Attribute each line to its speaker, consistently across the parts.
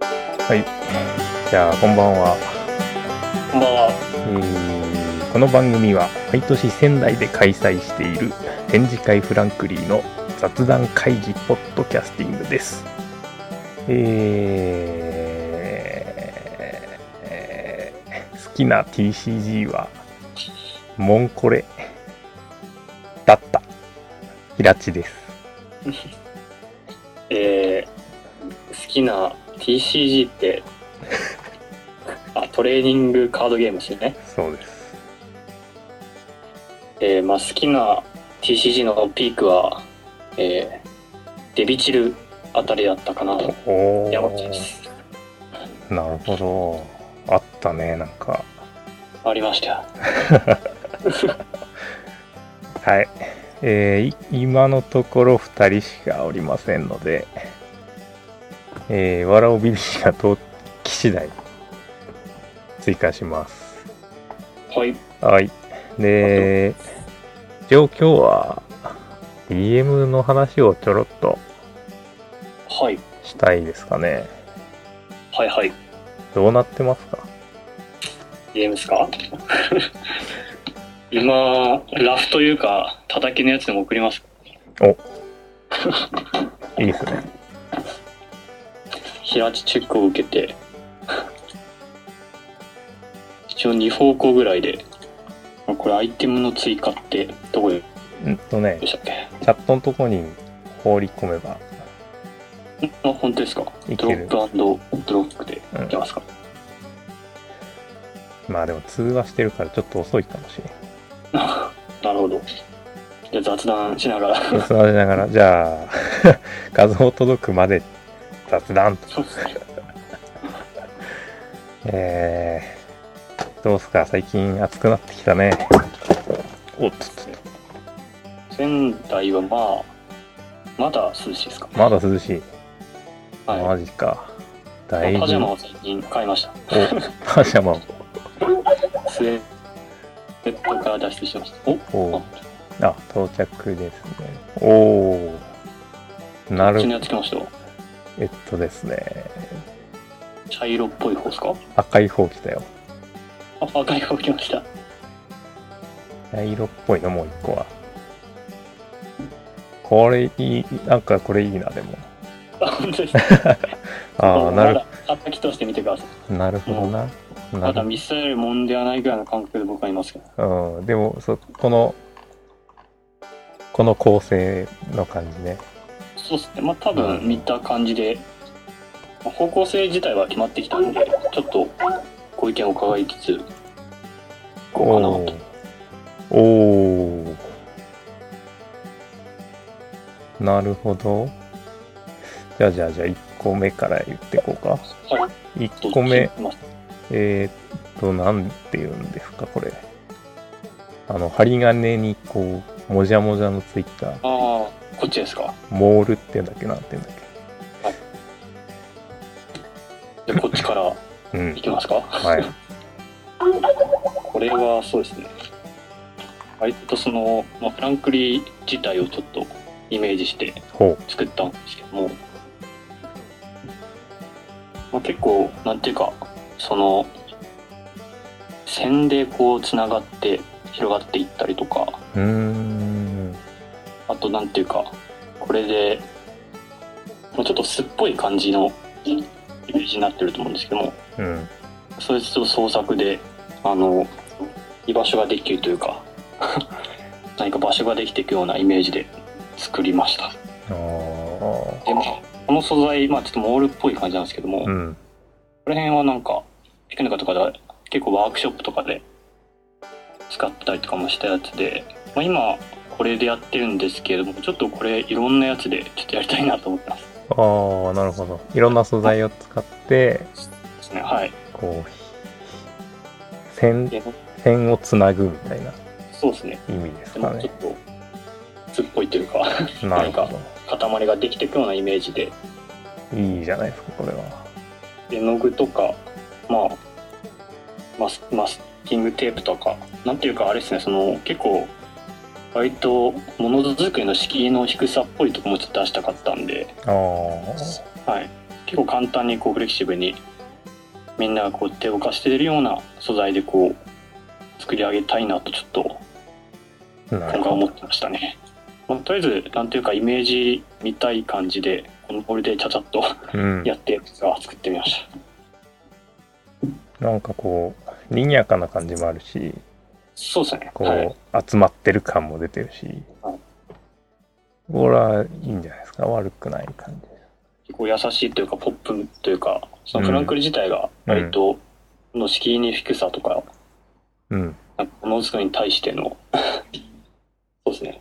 Speaker 1: はい。じゃあ、こんばんは。
Speaker 2: こんばんは。
Speaker 1: えーこの番組は、毎年仙台で開催している展示会フランクリーの雑談会議ポッドキャスティングです。えーえー好きな TCG は、モンコレだった。平地です。
Speaker 2: えー、好きな TCG って、あ、トレーニングカードゲームですね。
Speaker 1: そうです。
Speaker 2: えー、まあ好きな TCG のピークは、えー、デビチルあたりだったかなと。
Speaker 1: おー
Speaker 2: 山口です。
Speaker 1: なるほど。あったね、なんか。
Speaker 2: ありましたよ。
Speaker 1: はい。えーい今のところ2人しかおりませんので、えー、わらおびりが登記次第追加します。
Speaker 2: はい。
Speaker 1: はい。で、一応今日は DM の話をちょろっと
Speaker 2: はい。
Speaker 1: したいですかね。
Speaker 2: はいはい。
Speaker 1: どうなってますか
Speaker 2: ゲームですか 今、ラフというか、叩きのやつでも送ります。
Speaker 1: いいですね。
Speaker 2: 平地チェックを受けて、一応2方向ぐらいで、あこれアイテムの追加ってどこで
Speaker 1: うんとね、
Speaker 2: したっけ
Speaker 1: チャットのとこに放り込めば、
Speaker 2: あ、本当ですか
Speaker 1: い
Speaker 2: ド
Speaker 1: け
Speaker 2: ロ
Speaker 1: る
Speaker 2: ップドロップでい
Speaker 1: うん
Speaker 2: けますか、
Speaker 1: まあでも通話してるからちょっと遅いかもしれない。
Speaker 2: なるほど。じゃあ雑談しなが ら。
Speaker 1: 雑談しながら、じゃあ、 画像届くまで雑談と。
Speaker 2: そうですね。
Speaker 1: えー、どうすか最近暑くなってきたね。おっとっとっ
Speaker 2: 仙台はまあ、まだ涼しいですか
Speaker 1: と、まだ涼しい。
Speaker 2: はい。
Speaker 1: マジか。
Speaker 2: ま
Speaker 1: だい
Speaker 2: あパ
Speaker 1: ぶ。
Speaker 2: ジャマを最近買いました。
Speaker 1: おパジャマを。
Speaker 2: スウェットから脱出しました。お
Speaker 1: お
Speaker 2: あ
Speaker 1: あ、到着ですね。おー。な
Speaker 2: こっちの
Speaker 1: る、
Speaker 2: やつ来ました。
Speaker 1: えっとですね。
Speaker 2: 茶色っぽい方ですか
Speaker 1: 赤い方来たよ。
Speaker 2: あ、赤い方来ました。
Speaker 1: 茶色っぽいのもう一個は。これいい、なんかこれいいな、でも。
Speaker 2: あ、本当ですか
Speaker 1: ああ、な
Speaker 2: ま、
Speaker 1: る
Speaker 2: だ叩き通してみてください。
Speaker 1: なるほどな。な
Speaker 2: まだ
Speaker 1: る
Speaker 2: ミサイルもんではないぐらいの感覚で僕はいますけど。
Speaker 1: うん、でもそ、この、この構成の感じね。
Speaker 2: そうっすね。まあ多分見た感じで、まあ方向性自体は決まってきたんで、ちょっとご意見を伺いつつ、こうか
Speaker 1: お
Speaker 2: な
Speaker 1: ー
Speaker 2: と。
Speaker 1: おーなるほど。じゃあじゃあじゃあ1個目から言ってこうか。
Speaker 2: はい。
Speaker 1: 1個目、
Speaker 2: ます
Speaker 1: えー、っと、なんて言うんですか、これ。あの、針金にこう、もじゃもじゃのついた
Speaker 2: ああ、こっちですか。
Speaker 1: モールって言うんだっけな、なんて言うんだっ
Speaker 2: じゃあこっちから
Speaker 1: け。うん
Speaker 2: い。きますか。
Speaker 1: はい。
Speaker 2: これはそうですね割とその、まあ、フランクリー自体をちょっとイメージして
Speaker 1: ほ
Speaker 2: 作ったんですけども、まあ、結構なんていうかその線でこうつながって広がっていったりとか
Speaker 1: う。うーん。
Speaker 2: あとなんていうかこれでもうちょっと素っぽい感じのイメージになってると思うんですけども
Speaker 1: うん。
Speaker 2: それちょっと創作であの居場所ができるというか 何か場所ができていくようなイメージで作りました
Speaker 1: ああ。
Speaker 2: で、まあ、この素材、まあ、ちょっとモールっぽい感じなんですけども、
Speaker 1: うん。
Speaker 2: この辺はなんかピクニカとかで結構ワークショップとかで使ったりとかもしたやつで、まあ、今これでやってるんですけれどもちょっとこれいろんなやつでちょっとやりたいなと思ってます
Speaker 1: ああ、なるほど。いろんな素材を使って、
Speaker 2: ですねはい
Speaker 1: こう、線、
Speaker 2: で
Speaker 1: 線をつなぐみたいな
Speaker 2: そうですね
Speaker 1: 意味です
Speaker 2: で
Speaker 1: か
Speaker 2: もちょ
Speaker 1: ね
Speaker 2: っ。と素っぽいというか
Speaker 1: なる
Speaker 2: なん
Speaker 1: ほ
Speaker 2: か塊ができていくようなイメージで
Speaker 1: ど。いいじゃないですか、これは。
Speaker 2: 絵の具とか、まあ、マスマスキングテープとかなんていうかあれですねその結構割とものづくりの敷居の低さっぽいとこもちょっと出したかったんで、
Speaker 1: ああ。
Speaker 2: はい、結構簡単にこうフレキシブルにみんながこう手を貸して出るような素材でこう作り上げたいなとちょっと今
Speaker 1: なる
Speaker 2: 回
Speaker 1: ほ
Speaker 2: 思
Speaker 1: ど。
Speaker 2: ってましたね、まあ、とりあえずなんていうかイメージ見たい感じでこのボールでちゃちゃっと
Speaker 1: うん。
Speaker 2: やって実は作ってみまし
Speaker 1: なんかこう、賑やかな感じもあるし、
Speaker 2: たそうですね
Speaker 1: こう、
Speaker 2: はい
Speaker 1: 集まってる感も出てるし
Speaker 2: はい、
Speaker 1: これはいいんじゃないですか。悪くない感じ。
Speaker 2: 結構優しいというかポップというかそのフランクル自体が
Speaker 1: うん
Speaker 2: 割との敷居に低さとか
Speaker 1: うん。
Speaker 2: なんかものづくりに対しての そうですね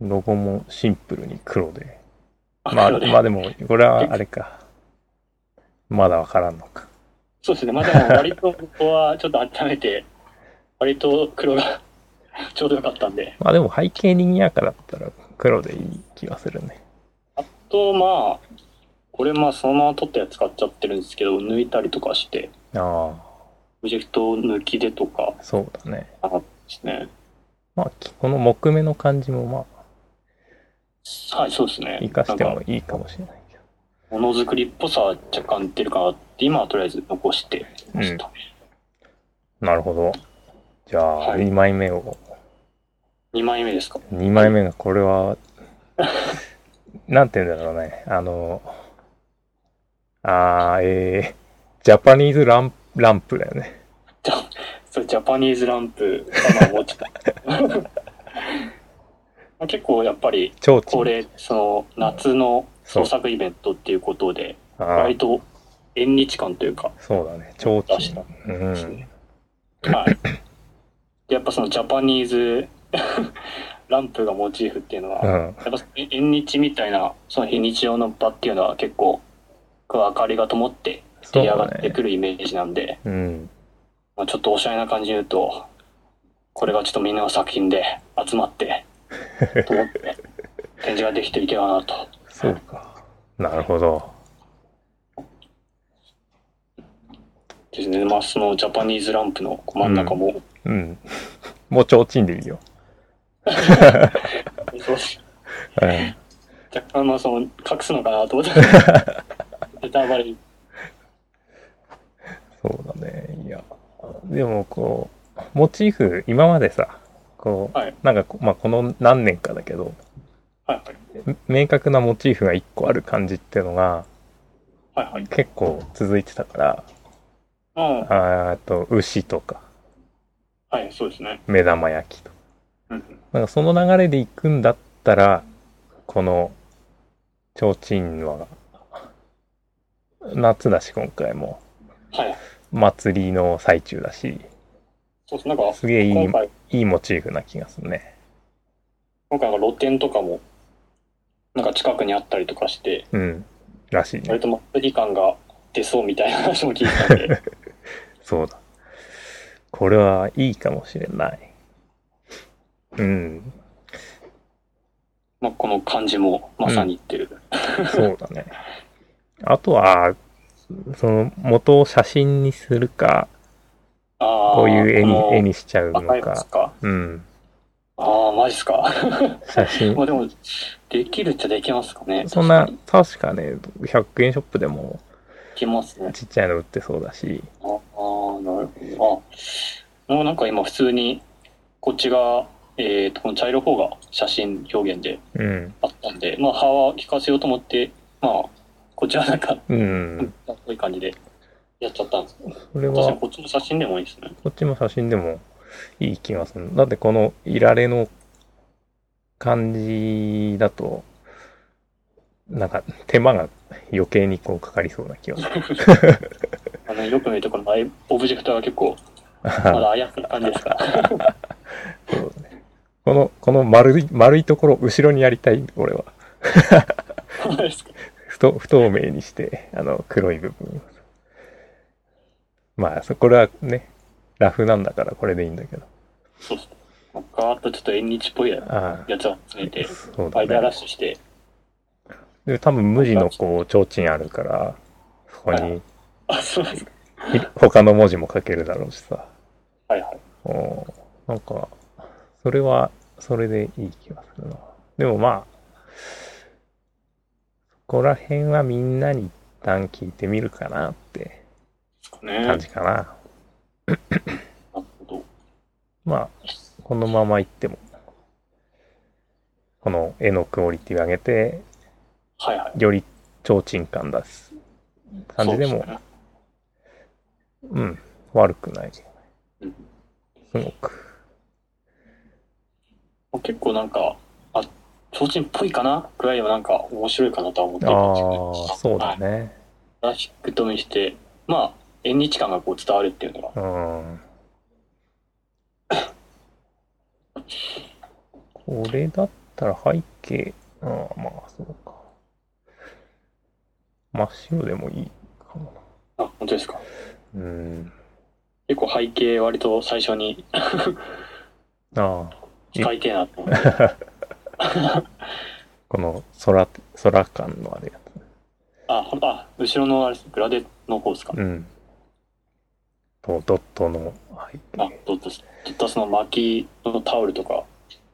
Speaker 1: ロゴもシンプルに黒で。まあ、
Speaker 2: なので
Speaker 1: まあでも、これはあれか。まだわからんのか。
Speaker 2: そうですねまあでも割とここはちょっと温め て割と黒が ちょうどよかったんで
Speaker 1: まあでも背景にぎやかだったら黒でいい気がするね。
Speaker 2: とまあこれまあそのまま取ったやつ買っちゃってるんですけど抜いたりとかして
Speaker 1: あ
Speaker 2: プロジェクト抜きでとか
Speaker 1: あ、そうだね。
Speaker 2: ですね
Speaker 1: まあ、きこの木目の感じもまあ、
Speaker 2: はいそうですね
Speaker 1: 生かして
Speaker 2: なん
Speaker 1: も
Speaker 2: か
Speaker 1: いいかもしれないけ
Speaker 2: も
Speaker 1: ど。
Speaker 2: のづくりっぽさは若干出るかなって今はとりあえず残してました、
Speaker 1: なるほど。じゃあ、
Speaker 2: はい
Speaker 1: 2枚目を。
Speaker 2: 2枚目ですか
Speaker 1: 2枚目が、これは、なんて言うんだろうね。あの、あー、えー、ジャパニーズランランプだよね。
Speaker 2: じゃあそれジャパニーズランプかな思ってた まあ結構やっぱり
Speaker 1: 超
Speaker 2: これその夏の
Speaker 1: そう
Speaker 2: 創作イベントっていうことで
Speaker 1: あ
Speaker 2: 割
Speaker 1: ー
Speaker 2: と縁日感というか
Speaker 1: そうだね。超
Speaker 2: 出した
Speaker 1: う
Speaker 2: です
Speaker 1: ん。
Speaker 2: ね。はい。でやっぱそのジャパニーズ ランプがモチーフっていうのは、
Speaker 1: う
Speaker 2: やっ
Speaker 1: ん。
Speaker 2: ぱ縁日みたいな、その非日常の場っていうのは結構、こう明かりが灯って出
Speaker 1: そう
Speaker 2: 来上がっ
Speaker 1: だ
Speaker 2: て
Speaker 1: ね。
Speaker 2: くるイメージなんで、
Speaker 1: うん。
Speaker 2: まあ、ちょっとおしゃれな感じで言うと、これがちょっとみんなの作品で集ま って、と思って、展示ができていけばなと。
Speaker 1: そうか。なるほど。
Speaker 2: ですね。まあそのジャパニーズランプの真ん中も、
Speaker 1: うん。もう提灯でいいよ。
Speaker 2: そうです
Speaker 1: うん。
Speaker 2: 若干まあその隠すのかなと思って ネタバレ
Speaker 1: そうだね。いや。でも、こう、モチーフ、今までさ、こう、
Speaker 2: はい
Speaker 1: なんかこ、まあ、この何年かだけど、
Speaker 2: はい
Speaker 1: 明確なモチーフが一個ある感じっていうのが、
Speaker 2: はいはいはい
Speaker 1: 結構続いてたから、
Speaker 2: うん
Speaker 1: あーあと、牛とか、
Speaker 2: はいそうですね
Speaker 1: 目玉焼きとか。
Speaker 2: うん
Speaker 1: なんかその流れで行くんだったら、この、提灯は、夏だし、今回も、
Speaker 2: はい
Speaker 1: 祭りの最中だし、
Speaker 2: そうですなんか
Speaker 1: すげえい
Speaker 2: 今
Speaker 1: い、
Speaker 2: 回
Speaker 1: いいモチーフな気がするね。
Speaker 2: 今回は露店とかもなんか近くにあったりとかして
Speaker 1: うん。らしいね
Speaker 2: 割。と祭り感が出そうみたいな話も聞いたん で
Speaker 1: そうだ。これはいいかもしれない。うん。
Speaker 2: まあこの感じもまさにっていう、
Speaker 1: そうだね。あとは、その、元を写真にするか、
Speaker 2: ああ
Speaker 1: こういう絵に、絵
Speaker 2: に
Speaker 1: にしちゃうの
Speaker 2: 赤いや
Speaker 1: か
Speaker 2: つ。か
Speaker 1: うん。
Speaker 2: ああマジっすか
Speaker 1: 写真
Speaker 2: まあでもできるっちゃできますかね
Speaker 1: そんな
Speaker 2: で、
Speaker 1: 確かね、100円ショップでも
Speaker 2: きますね
Speaker 1: ちっちゃいの売ってそうだし、
Speaker 2: ああ、なるほど。あ、もうなんか今普通に、こっちが、えーと、この茶色い方が写真表現で
Speaker 1: うん。
Speaker 2: あったんで、まあ、歯は効かせようと思って、まあ、こっちはなんか、
Speaker 1: うん。
Speaker 2: かっこいい感じでやっちゃったんですけど、
Speaker 1: それ
Speaker 2: 確か
Speaker 1: は、
Speaker 2: に
Speaker 1: こ
Speaker 2: こっちの写真でもいいですね。
Speaker 1: っちも写真でもいい気がする。だってこのいられの感じだと、なんか手間が余計にこうかかりそうな気がす る。
Speaker 2: あの、よく見るとこの前オブジェクトが結構、ま
Speaker 1: そ
Speaker 2: だあやふやな感じですから。
Speaker 1: うだねこの、この丸い、丸いところ、後ろにやりたい、俺は。
Speaker 2: そうですか
Speaker 1: 不透不透明にして、あの、黒い部分。まあ、そこれはね、ラフなんだからこれでいいんだけど。
Speaker 2: そうですね。なんかガーッとちょっと縁日っぽいや
Speaker 1: あ
Speaker 2: つを集めて
Speaker 1: あ、、そう
Speaker 2: アイデアラ
Speaker 1: だね
Speaker 2: ッ。シュして、
Speaker 1: で多分無地のこう、提灯あるから、そこに、
Speaker 2: あ、そうですか。
Speaker 1: い他の文字も書けるだろうしさ。
Speaker 2: はいはい。
Speaker 1: おーなんか、それは、それでいい気がするな。でもまあ、そこら辺はみんなに一旦聞いてみるかなって
Speaker 2: ですかね。な
Speaker 1: 感
Speaker 2: る
Speaker 1: じかな。
Speaker 2: ほど。
Speaker 1: まあ、このままいっても、この絵のクオリティを上げて、
Speaker 2: はいはい。
Speaker 1: より提灯感出す感じで
Speaker 2: そう
Speaker 1: も、
Speaker 2: すね
Speaker 1: うん、悪くない。す
Speaker 2: うん
Speaker 1: ごく。
Speaker 2: 結構なんか、あ、提灯っぽいかなぐらいはなんか面白いかなとは思って
Speaker 1: あ
Speaker 2: る
Speaker 1: あ
Speaker 2: んです
Speaker 1: ー、そうだね。
Speaker 2: グラフィックと見して、まあ、縁日感がこう伝わるっていうのが、
Speaker 1: うん。これだったら背景、ああ、まあ、そうか。真っ白でもいいかも
Speaker 2: あ、本当ですか。
Speaker 1: な。うん。
Speaker 2: 結構背景割と最初に
Speaker 1: ああ。
Speaker 2: 使いてえなと思って。
Speaker 1: この空、空感のあれや
Speaker 2: あ、ほんあ、後ろのあれですグラデの方ですか
Speaker 1: つ。。うん。と、ドットの背
Speaker 2: あ
Speaker 1: 景。、
Speaker 2: どうとずっとその巻きのタオルとか、
Speaker 1: あ
Speaker 2: よ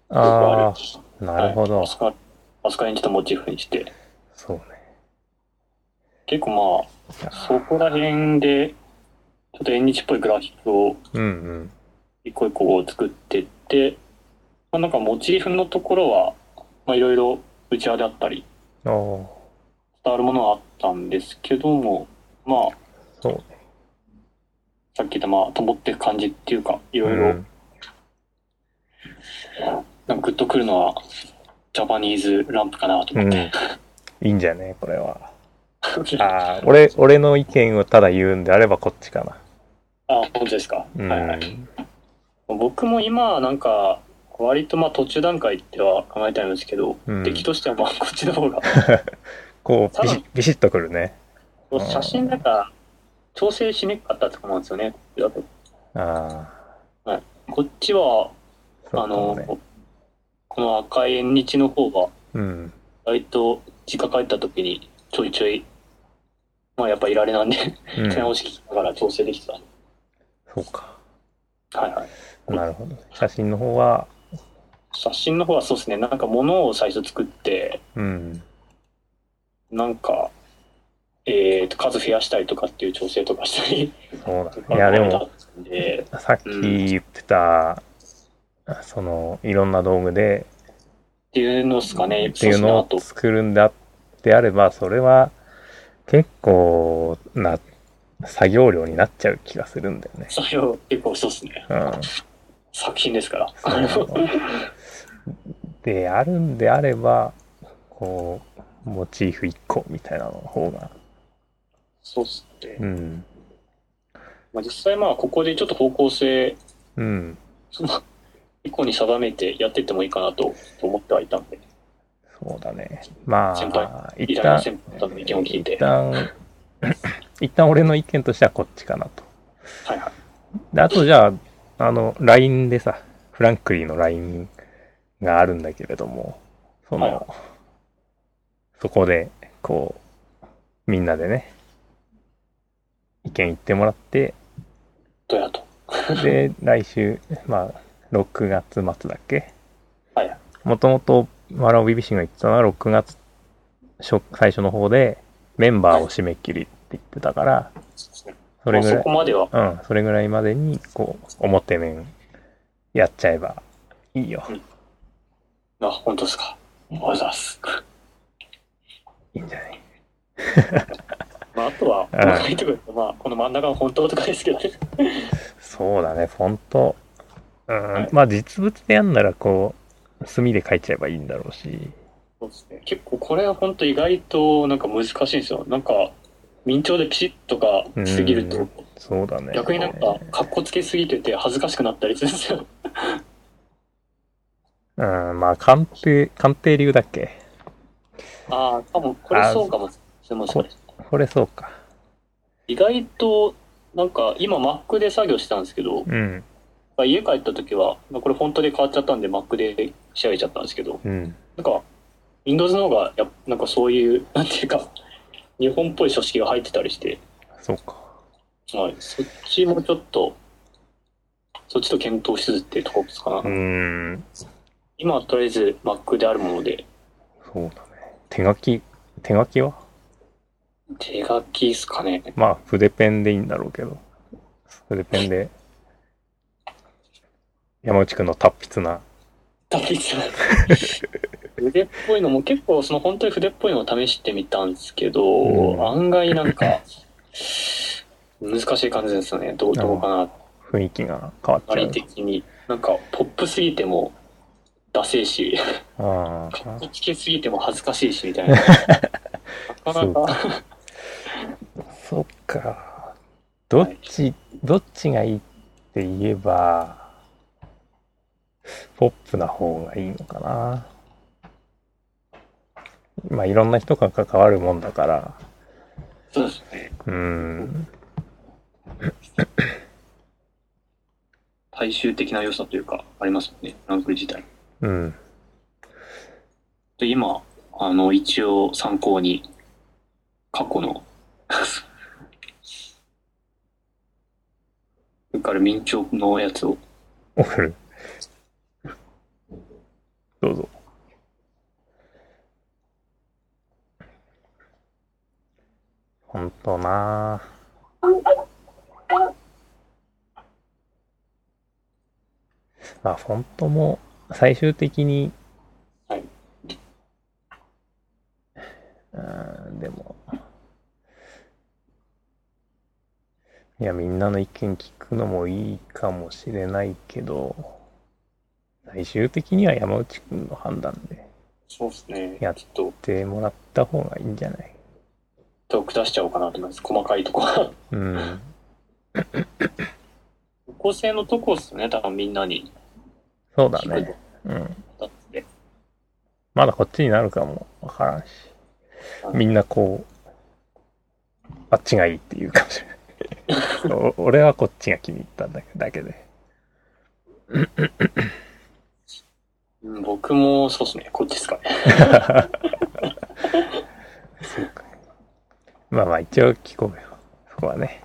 Speaker 2: くあ
Speaker 1: あ、なるほど。
Speaker 2: はいあそこは、あそこら辺ちょっとモチーフにして、
Speaker 1: そうね。
Speaker 2: 結構ま
Speaker 1: いや
Speaker 2: あ、そこら辺で、ちょっと縁日っぽいグラフィックを
Speaker 1: うんうん。
Speaker 2: 一個一個こう作ってって、まあ、なんかモチーフのところは、まあいろいろうちわであったり、
Speaker 1: ああ、
Speaker 2: 伝わるものはあったんですけども、まあ、
Speaker 1: そうね。
Speaker 2: さっき言った、まあ、とぼってる感じっていうか、いろいろ、
Speaker 1: ん
Speaker 2: なんかグッとくるのは、ジャパニーズランプかなと
Speaker 1: う
Speaker 2: 思っ
Speaker 1: ん。
Speaker 2: て。
Speaker 1: いいんじゃねこれは。 ああ、俺、俺の意見をただ言うんであればこっちかな。
Speaker 2: あ、本当ですか。
Speaker 1: うん。
Speaker 2: はいはい。僕も今はなんか割とまあ途中段階っては考えたいんですけど、
Speaker 1: うん
Speaker 2: 出来としてはまあこっちの方が
Speaker 1: こう
Speaker 2: 多
Speaker 1: ビ
Speaker 2: 分
Speaker 1: シッ、ビシッとくるね。
Speaker 2: こう写真なんか調整しにくかったと思うんですよねだと
Speaker 1: あ
Speaker 2: こっちは
Speaker 1: あ、そう
Speaker 2: あ
Speaker 1: かもね。
Speaker 2: のこの赤い縁日の方が
Speaker 1: うん。
Speaker 2: 割と実家帰った時にちょいちょいまあやっぱいられなんで
Speaker 1: うん、
Speaker 2: 手直し聞きながら調整できて
Speaker 1: そうか。
Speaker 2: た、はいはい
Speaker 1: なるほど。写真の方は、
Speaker 2: 写真の方はそうですねなんか物を最初作って
Speaker 1: うん。
Speaker 2: なんかえーと数増やしたりとかっていう調整とかしたり
Speaker 1: そう だね。いや、でも、
Speaker 2: で
Speaker 1: さっき言ってた、そのいろんな道具で
Speaker 2: っていうのですかね、
Speaker 1: っていうの
Speaker 2: そう
Speaker 1: を
Speaker 2: っすね
Speaker 1: 作るんだであればそれは結構な作業量になっちゃう気がするんだよね
Speaker 2: あ。と作業結構そうですね。
Speaker 1: うん、
Speaker 2: 作品ですから。
Speaker 1: そうなのであるんであればこうモチーフ1個みたいなの方が、
Speaker 2: そうっすね。
Speaker 1: うん
Speaker 2: まあ、実際まあ、ここでちょっと方向性、
Speaker 1: うん、
Speaker 2: その、一個に定めてやってってもいいかなと思ってはいたんで、
Speaker 1: そうだね。ま
Speaker 2: 先
Speaker 1: あ
Speaker 2: 偉
Speaker 1: 一
Speaker 2: 大な
Speaker 1: 旦
Speaker 2: 先輩の意見を聞いて
Speaker 1: 一。旦 一旦俺の意見としてはこっちかなと。
Speaker 2: はいはい。
Speaker 1: で、あとじゃあ、あの、LINE でさ、フランクリーの LINE があるんだけれども、その、
Speaker 2: はいは
Speaker 1: そこで、こう、みんなでね、意見言ってもらって、
Speaker 2: どうやと。
Speaker 1: で、来週、まあ、6月末だっけ
Speaker 2: はいはい。
Speaker 1: もともと、マラオビビシンが言ってたのは、6月初、最初の方で、メンバーを締め切りって言ってたから、
Speaker 2: そうっすね
Speaker 1: それぐ
Speaker 2: まあ
Speaker 1: らい
Speaker 2: そこ、までは、
Speaker 1: うん、それぐらいまでに、こう、表面やっちゃえばいいよ。
Speaker 2: あ、本当ですか。ありがとうございます。
Speaker 1: いいんじゃない
Speaker 2: まあ、あとは、
Speaker 1: うん
Speaker 2: 細かいところでまあ、この真ん中の本当とかですけどね。
Speaker 1: そうだね、フォント。うん
Speaker 2: い、
Speaker 1: まあ実物でやんなら、こう、墨で書いちゃえばいいんだろうし。
Speaker 2: そうですね。結構これは本当意外となんか難しいんですよ。なんか、明朝でピシッとかしすぎる
Speaker 1: う
Speaker 2: と
Speaker 1: ん、そうだね。
Speaker 2: 逆になんか、かっこつけすぎてて恥ずかしくなったりするんですよ。
Speaker 1: うん、まあ鑑定、鑑定流だっけ
Speaker 2: ああ、多分これそうかもしれません。
Speaker 1: これそうか。
Speaker 2: 意外と、なんか今 Mac で作業してたんですけど、
Speaker 1: うん、
Speaker 2: 家帰った時は、まあこれフォントで変わっちゃったんで Mac で仕上げちゃったんですけど、
Speaker 1: うん。
Speaker 2: なんか、Windows の方がやっ、なんかそういう、 なんていうか、日本っぽい書式が入ってたりして、
Speaker 1: そうか。
Speaker 2: はい、そっちもちょっと、そっちと検討しつつっていうところですかな。
Speaker 1: うん、
Speaker 2: 今はとりあえず Mac であるもので、
Speaker 1: そうだね。手書き、手書きは
Speaker 2: 手書きっすかね。
Speaker 1: まあ、筆ペンでいいんだろうけど、筆ペンで、山内くんの達筆な、
Speaker 2: 達筆な筆っぽいのも結構その本当に筆っぽいのを試してみたんですけど、
Speaker 1: うん
Speaker 2: 案外なんか難しい感じですよねどうどうかな
Speaker 1: 雰囲気が変わっ
Speaker 2: あ
Speaker 1: ちゃ
Speaker 2: り
Speaker 1: う。
Speaker 2: 的になんかポップすぎてもダセいし
Speaker 1: あ
Speaker 2: かっ
Speaker 1: あ
Speaker 2: こ、つけすぎても恥ずかしいしみたい ななか
Speaker 1: そう
Speaker 2: なか
Speaker 1: そっか。どっち、どっちがいいって言えば、ポップな方がいいのかな。まあ、いろんな人が関わるもんだから、
Speaker 2: そうですね
Speaker 1: うん、
Speaker 2: 大衆的な良さというかありますよねランクル自体
Speaker 1: うん、
Speaker 2: で今あの一応参考に過去の それから明朝のやつを
Speaker 1: 送る。どうぞ。ほんとなぁ。まあ、フォントも最終的に、
Speaker 2: はいう
Speaker 1: ーん、でも、いや、みんなの意見聞くのもいいかもしれないけど、最終的には山内くんの判断で
Speaker 2: そうですね
Speaker 1: いや
Speaker 2: ちょっと
Speaker 1: やってもらった方がいいんじゃない
Speaker 2: 手を下しちゃおうかなと思います細かいとこは
Speaker 1: うん。
Speaker 2: 方向性のとこっすね多分みんなに
Speaker 1: そうだ
Speaker 2: 聞く
Speaker 1: ね。うん。
Speaker 2: のだって
Speaker 1: まだこっちになるかもわからんし。みんなこう、あっちがいいって言うかもしれ ない。お俺はこっちが気に入ったんだけだけで。
Speaker 2: うん僕もそうですねこっちですかね
Speaker 1: そうか。まあまあ一応聞こうよ。そこはね。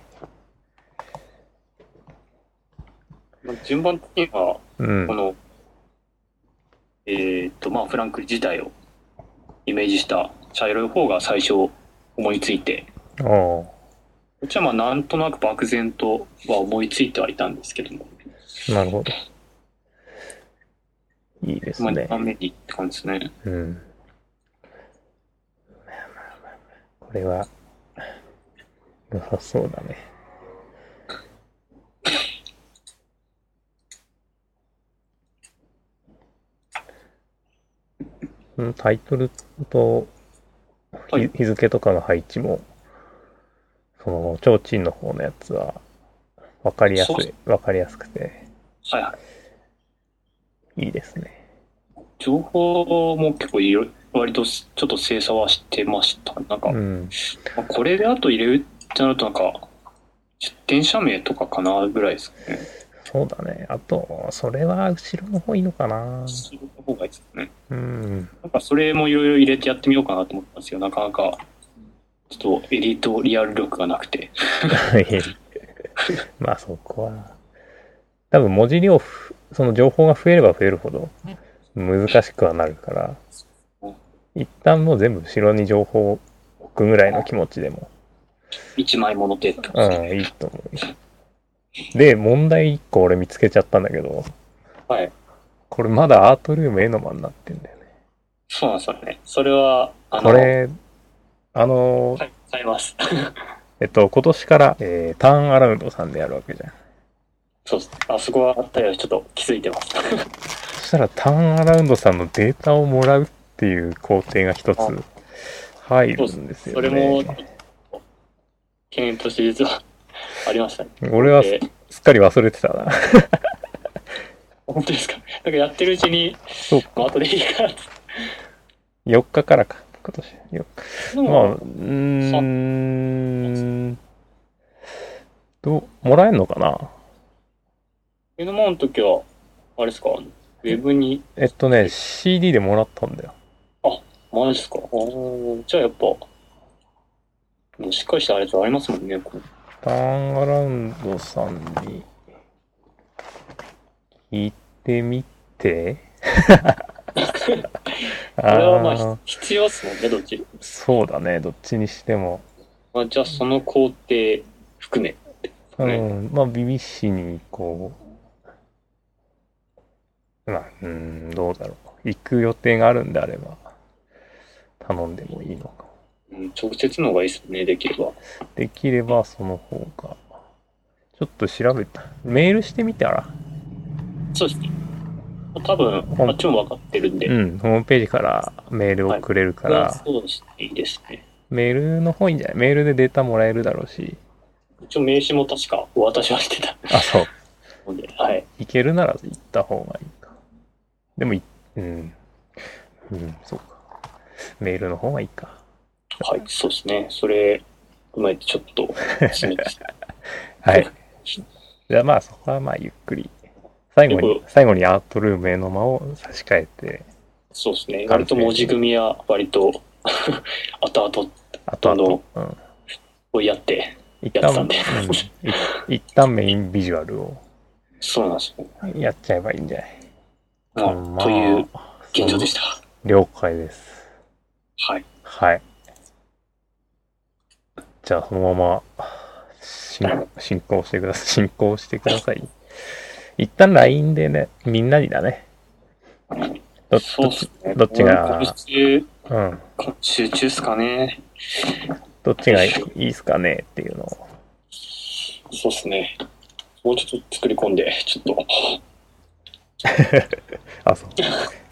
Speaker 2: まあ順番的には
Speaker 1: うん
Speaker 2: こ。の、えーっと、まあ、フランク自体をイメージした茶色い方が最初思いついて、
Speaker 1: おう
Speaker 2: こっちはまあ、なんとなく漠然とは思いついてはいたんですけども、
Speaker 1: なるほど。いいです
Speaker 2: まあ、
Speaker 1: ね
Speaker 2: 2。番目にって感じですね。
Speaker 1: うん。これは、良さそうだね。うんタイトルと日,、
Speaker 2: はい
Speaker 1: 日付とかの配置も、その、提灯の方のやつは、わかりやす
Speaker 2: そう
Speaker 1: い、わかりやすくて、
Speaker 2: はいはい。
Speaker 1: いいですね。
Speaker 2: 情報も結構いろ、割とちょっと精査はしてました。なんか、
Speaker 1: うん。
Speaker 2: まあこれであと入れるってなると、なんか、出店者名とかかなぐらいですかね。
Speaker 1: そうだね。あと、それは後ろの方いいのかな。
Speaker 2: そういう方がいいですかね。
Speaker 1: うん。
Speaker 2: なんかそれもいろいろ入れてやってみようかなと思ったんですけど、なかなか、ちょっとエリートリアル力がなくて。
Speaker 1: まあそこは。多分文字量ふ、その情報が増えれば増えるほど難しくはなるから、一旦もう全部後ろに情報を置くぐらいの気持ちでも、
Speaker 2: 一枚物程度。
Speaker 1: うん、いいと思うよ。で、問題1個俺見つけちゃったんだけど、
Speaker 2: はい。
Speaker 1: これまだアートルーム絵の間になってんだよね。
Speaker 2: そうなんですよね。それは、あの、
Speaker 1: これ、あの、
Speaker 2: はい、買います。
Speaker 1: えっと、今年から、えーターンアラウンドさんでやるわけじゃん。
Speaker 2: そうです。あそこはあったよ。ちょっと気づいてます。
Speaker 1: そしたらターンアラウンドさんのデータをもらうっていう工程が一つ入るんです
Speaker 2: そ
Speaker 1: よ
Speaker 2: れも
Speaker 1: ね。、
Speaker 2: 懸念として実はありましたね。
Speaker 1: 俺は
Speaker 2: で
Speaker 1: すっかり忘れてたな。
Speaker 2: 本当ですか。なんかやってるうちに、
Speaker 1: そう
Speaker 2: まあ後でいいかなって。
Speaker 1: 4日からか、今年。4日
Speaker 2: で
Speaker 1: まあ、
Speaker 2: も
Speaker 1: うーん。どう、もらえんのかな
Speaker 2: 目の前の時は、あれですか、ウェブに、
Speaker 1: えっとね、CD でもらったんだよ。
Speaker 2: マジですかあーじゃあやっぱ、もうしっかりしたあれとありますもんね。こう
Speaker 1: ターンアラウンドさんに聞いてみ て。
Speaker 2: これはま
Speaker 1: ー
Speaker 2: あ必要っすもんね、どっち。
Speaker 1: そうだね、どっちにしても。
Speaker 2: まあ、じゃあその工程含めってことね、
Speaker 1: うん、まあ、ビビ氏に、こう、まあ、うん、どうだろう。行く予定があるんであれば、頼んでもいいのか。
Speaker 2: うん直接の方がいいですね、できれば。
Speaker 1: できれば、その方が。ちょっと調べた。メールしてみたら。
Speaker 2: そうですね。多分、
Speaker 1: うん
Speaker 2: あっちも分かってるんで。
Speaker 1: うん、ホームページからメールをくれるから、
Speaker 2: そうですね、いいですね。
Speaker 1: メールの方いいんじゃないメールでデータもらえるだろうし。
Speaker 2: 一応名刺も確かお渡しはしてた
Speaker 1: あ、そう。
Speaker 2: ので、はい。
Speaker 1: 行けるなら行った方がいいか。でもい、うん。うん、そうか。メールの方がいいか。
Speaker 2: はい、そうですね。それ、踏まえてちょっと、締めです。
Speaker 1: はい。じゃあまあそこはまあゆっくり。最後
Speaker 2: 結
Speaker 1: に、最後にアートルームへの間を差し替えて、
Speaker 2: そうですね。割と文字組みは割と、 後々
Speaker 1: あとあと、うん。
Speaker 2: をやって、
Speaker 1: 一
Speaker 2: やっ
Speaker 1: 旦、
Speaker 2: てた
Speaker 1: う
Speaker 2: で
Speaker 1: んんい一旦メインビジュアルを
Speaker 2: そうなんですね。
Speaker 1: やっちゃえばいいんじゃない
Speaker 2: まあ
Speaker 1: うん
Speaker 2: という現状でし
Speaker 1: そ
Speaker 2: た。
Speaker 1: う了解です。
Speaker 2: はい。
Speaker 1: はい。じゃあ、そのまま進行、進行してください。 進行してください。一旦 LINE でね、みんなにだね。ど
Speaker 2: そう
Speaker 1: ど
Speaker 2: ですね。
Speaker 1: どっちが
Speaker 2: 今週、
Speaker 1: うん。
Speaker 2: 今週中ですかね。
Speaker 1: どっちがいいですかねっていうのを。
Speaker 2: そうですね。もうちょっと作り込んで、ちょっと。
Speaker 1: あ、そう。い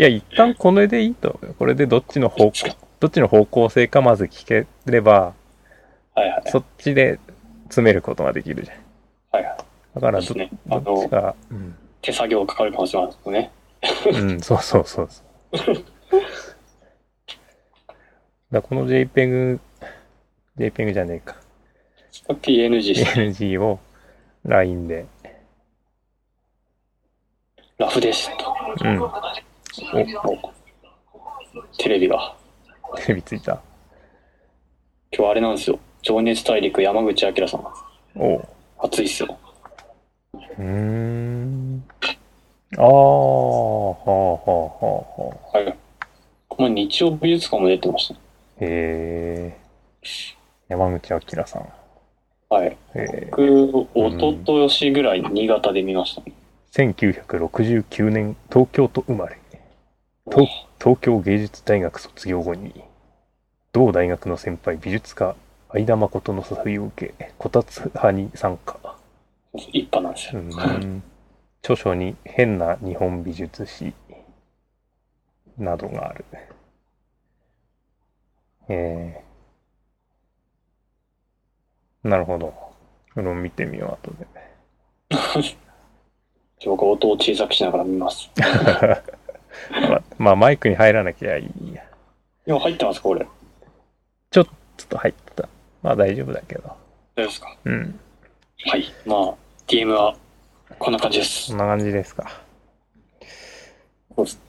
Speaker 1: や、一旦これでいいと思うよ。これでどっちの方向、どっちの方向性かまず聞ければ、
Speaker 2: はいはい。
Speaker 1: そっちで詰めることができるじゃん。
Speaker 2: はいはい。
Speaker 1: だから
Speaker 2: そ
Speaker 1: ど、
Speaker 2: うですねあの
Speaker 1: どっちが、うん。
Speaker 2: 手作業かかるかもしれないですね。
Speaker 1: うん、そうそうそうそう。だからこの JPEG、JPEG じゃねえか。
Speaker 2: PNG ですね。
Speaker 1: PNG を LINE で、
Speaker 2: ラフです。と。
Speaker 1: うん。
Speaker 2: おテレビが。
Speaker 1: テレビついた。
Speaker 2: 今日あれなんですよ。情熱大陸山口明さん。
Speaker 1: おう。
Speaker 2: 熱いっすよ。
Speaker 1: うーん。ああ、はあはあはあはあ。
Speaker 2: はい。この日曜美術館も出てました。
Speaker 1: へえ。山口明さん。
Speaker 2: はい。
Speaker 1: え
Speaker 2: 僕、おととしぐらいに新潟で見ましたね。
Speaker 1: ー、1969年、東京都生まれ。と東京芸術大学卒業後に同大学の先輩美術家相田誠の誘いを受けこたつ派に参加
Speaker 2: 一派なんです
Speaker 1: う
Speaker 2: よ。
Speaker 1: ん著書に「変な日本美術史」などがあるえー、なるほどこれも見てみよう後で
Speaker 2: 僕、音を小さくしながら見ます。
Speaker 1: ままあマイクに入らなきゃいいや
Speaker 2: 今入ってますかこれ。
Speaker 1: ちょっと入ったまあ大丈夫だけど
Speaker 2: 大丈夫ですか
Speaker 1: うん
Speaker 2: はい。まあ、DM はこんな感じで
Speaker 1: そ
Speaker 2: す
Speaker 1: ん。な感じですか。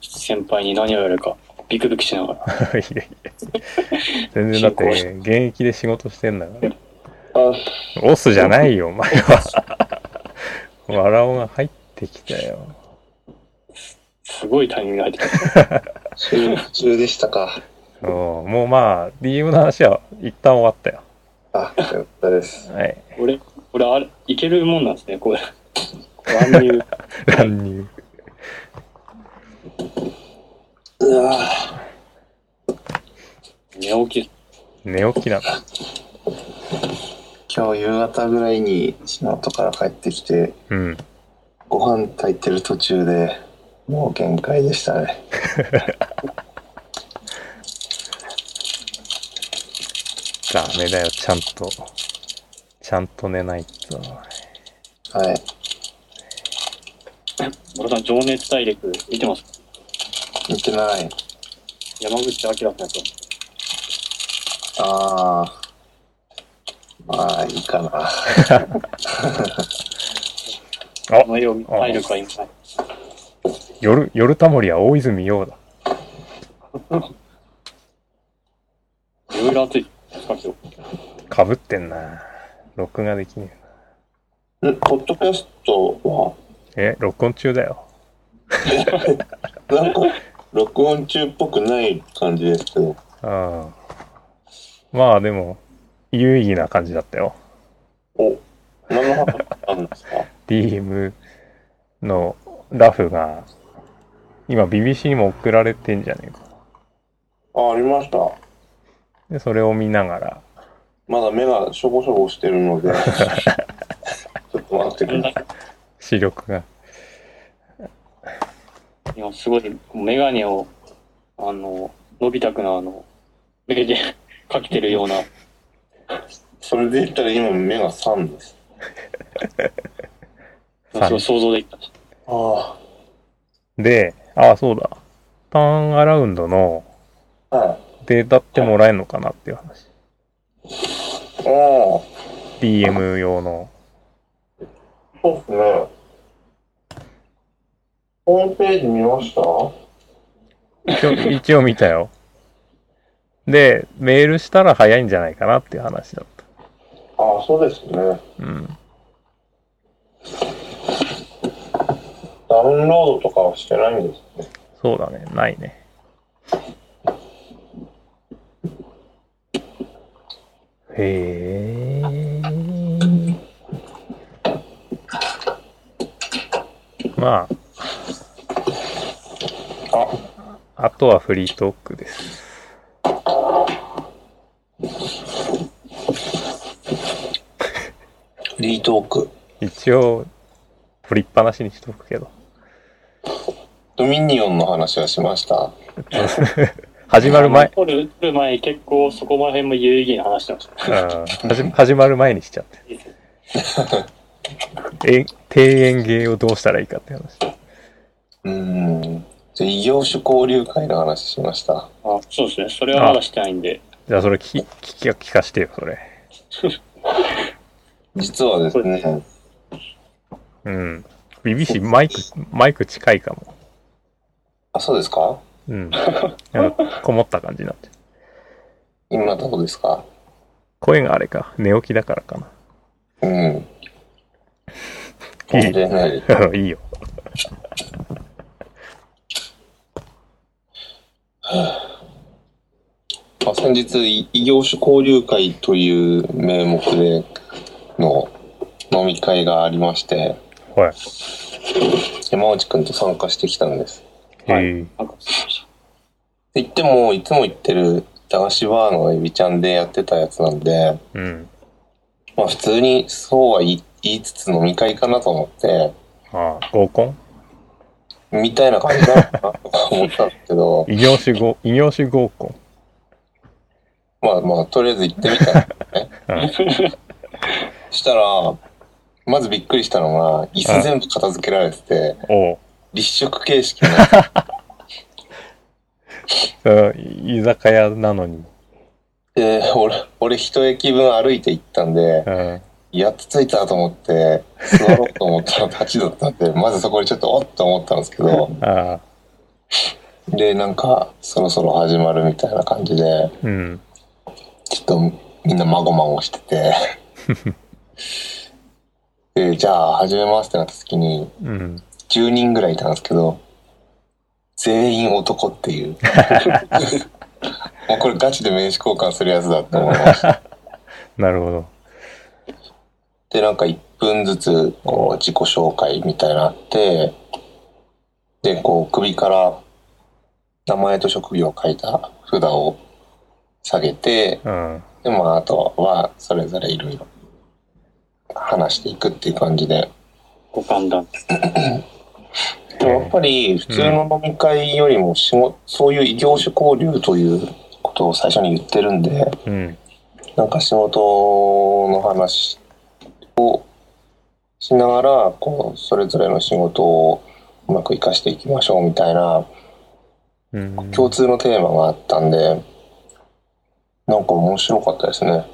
Speaker 2: 先輩に何をやるか、ビクビクしながら。あ、
Speaker 1: いやいや。全然だって、現役で仕事してんだから。オスじゃないよ、お前は。笑おが入ってきたよ。
Speaker 2: すごいタイミングで入ってき
Speaker 3: 収録中でしたか。
Speaker 1: うんもうまあ、DM の話は一旦終わったよ。
Speaker 3: あ、よかったです。
Speaker 1: はい。
Speaker 2: た。俺、俺、あれ、いけるもんなんですね、 これ。乱入。
Speaker 1: 乱入。
Speaker 3: うわ
Speaker 2: 寝起き。
Speaker 1: 寝起きなの。
Speaker 3: 今日夕方ぐらいに仕事から帰ってきて、
Speaker 1: うん。
Speaker 3: ご飯炊いてる途中で、もう限界でしたね。
Speaker 1: ダメだよ、ちゃんと。ちゃんと寝ないと。
Speaker 3: はい。
Speaker 2: 村さん、情熱大陸見てますか
Speaker 3: 見てない。
Speaker 2: 山口明さんやつ。
Speaker 3: ああ。まあ、いいかな。
Speaker 2: この色入るか今ない。
Speaker 1: 夜、夜たもりは大泉洋だ。
Speaker 2: いろいろ熱い。さっきの
Speaker 1: かぶってんな。録画できねえな。
Speaker 3: んポッドキャストは、
Speaker 1: え、録音中だよ。
Speaker 3: なんか、録音中っぽくない感じですけど。
Speaker 1: うんまあでも、有意義な感じだったよ。
Speaker 3: お、何の話あるん ですか
Speaker 1: DM のラフが、今 BBC にも送られてんじゃねえかな。
Speaker 3: あ、ありました。
Speaker 1: で、それを見ながら、
Speaker 3: まだ目がしょぼしょぼしてるの で、ちょっと待ってください。
Speaker 1: 視力が。
Speaker 2: いやすごい、メガネを、あの、のび太くんのあの、目で かけてるような、
Speaker 3: それで言ったら今目が3です。
Speaker 1: さ
Speaker 2: そう想像できた。
Speaker 3: あ
Speaker 1: で、ああ、そうだ。ターンアラウンドの
Speaker 3: あ、はい。
Speaker 1: データってもらえるのかなっていう話。
Speaker 3: ああ、
Speaker 1: DM 用の。
Speaker 3: そうですね。ホームページ見ました
Speaker 1: 一応、一応見たよ。で、メールしたら早いんじゃないかなっていう話だった。
Speaker 3: ああ、そうですね。
Speaker 1: うん。
Speaker 3: ダウンロードとかはしてないんですね。
Speaker 1: そうだね。ないね。へえ。ま
Speaker 3: あ、
Speaker 1: あ、あとはフリートークです。
Speaker 3: フリートーク。
Speaker 1: 一応、振りっぱなしにしとくけど。
Speaker 3: ドミニオンの話をしました。
Speaker 1: 始まる前、
Speaker 2: 撮る、撮る前に結構そこら辺も有意義な話してました。
Speaker 1: うん始始まる前にしちゃって。え、庭園芸をどうしたらいいかって話。
Speaker 3: うーん。じゃあ異業種交流会の話しました。
Speaker 2: あそうですね。それはまだしてないんで。
Speaker 1: じゃあそれ聞き、聞き、聞かしてよ、それ。
Speaker 3: 実はですね、
Speaker 1: うん。BBC マイク、マイク近いかも。
Speaker 3: あ、そうですか
Speaker 1: うん。なんかこもった感じになってる。
Speaker 3: 今どこですか
Speaker 1: 声があれか、寝起きだからか
Speaker 3: うん。
Speaker 1: いい
Speaker 3: 問題ない。
Speaker 1: な。 いいよ。
Speaker 3: まあ、先日、異業種交流会という名目での飲み会がありまして、
Speaker 1: ほら。
Speaker 3: 山内くんと参加してきたんです。
Speaker 2: はい
Speaker 1: へえ
Speaker 2: なんか、
Speaker 3: 言っても、いつも行ってる駄菓子バーのエビちゃんでやってたやつなんで、
Speaker 1: うん。
Speaker 3: まあ普通にそうは言い言いつつ飲み会かなと思って、
Speaker 1: ああ、合コン
Speaker 3: みたいな感じだなと思ったんですけど、
Speaker 1: 異業種合、異業種合コン。
Speaker 3: まあまあ、とりあえず行ってみたら、 したら、まずびっくりしたのが、椅子全部片付けられてて、
Speaker 1: おう。
Speaker 3: 立食形式の、
Speaker 1: うん居酒屋なのに。
Speaker 3: で、俺、俺一駅分歩いて行ったんで
Speaker 1: う、ん。
Speaker 3: やっと着いたと思って、座ろうと思ったら立ちだったんで、 まずそこでちょっとおっと思ったんですけど、
Speaker 1: ああ、
Speaker 3: で、なんか、そろそろ始まるみたいな感じで、
Speaker 1: うん。
Speaker 3: ちょっとみんなまごまごしてて。 で、じゃあ始めますってなった時に、
Speaker 1: うん。
Speaker 3: 10人ぐらいいたんですけど、全員男っていう。もうこれガチで名刺交換するやつだと思いました。
Speaker 1: なるほど。
Speaker 3: で、なんか1分ずつ、こう、自己紹介みたいなのあって、で、こう、首から名前と職業を書いた札を下げて、
Speaker 1: うん。
Speaker 3: で、まあ、あとは、それぞれいろいろ話していくっていう感じで。
Speaker 2: 五感だ。
Speaker 3: でもやっぱり、普通の飲み会よりも仕事、そういう異業種交流ということを最初に言ってるんで、
Speaker 1: うん。
Speaker 3: なんか仕事の話をしながら、こう、それぞれの仕事をうまく活かしていきましょうみたいな、
Speaker 1: うん。
Speaker 3: 共通のテーマがあったんで、なんか面白かったですね。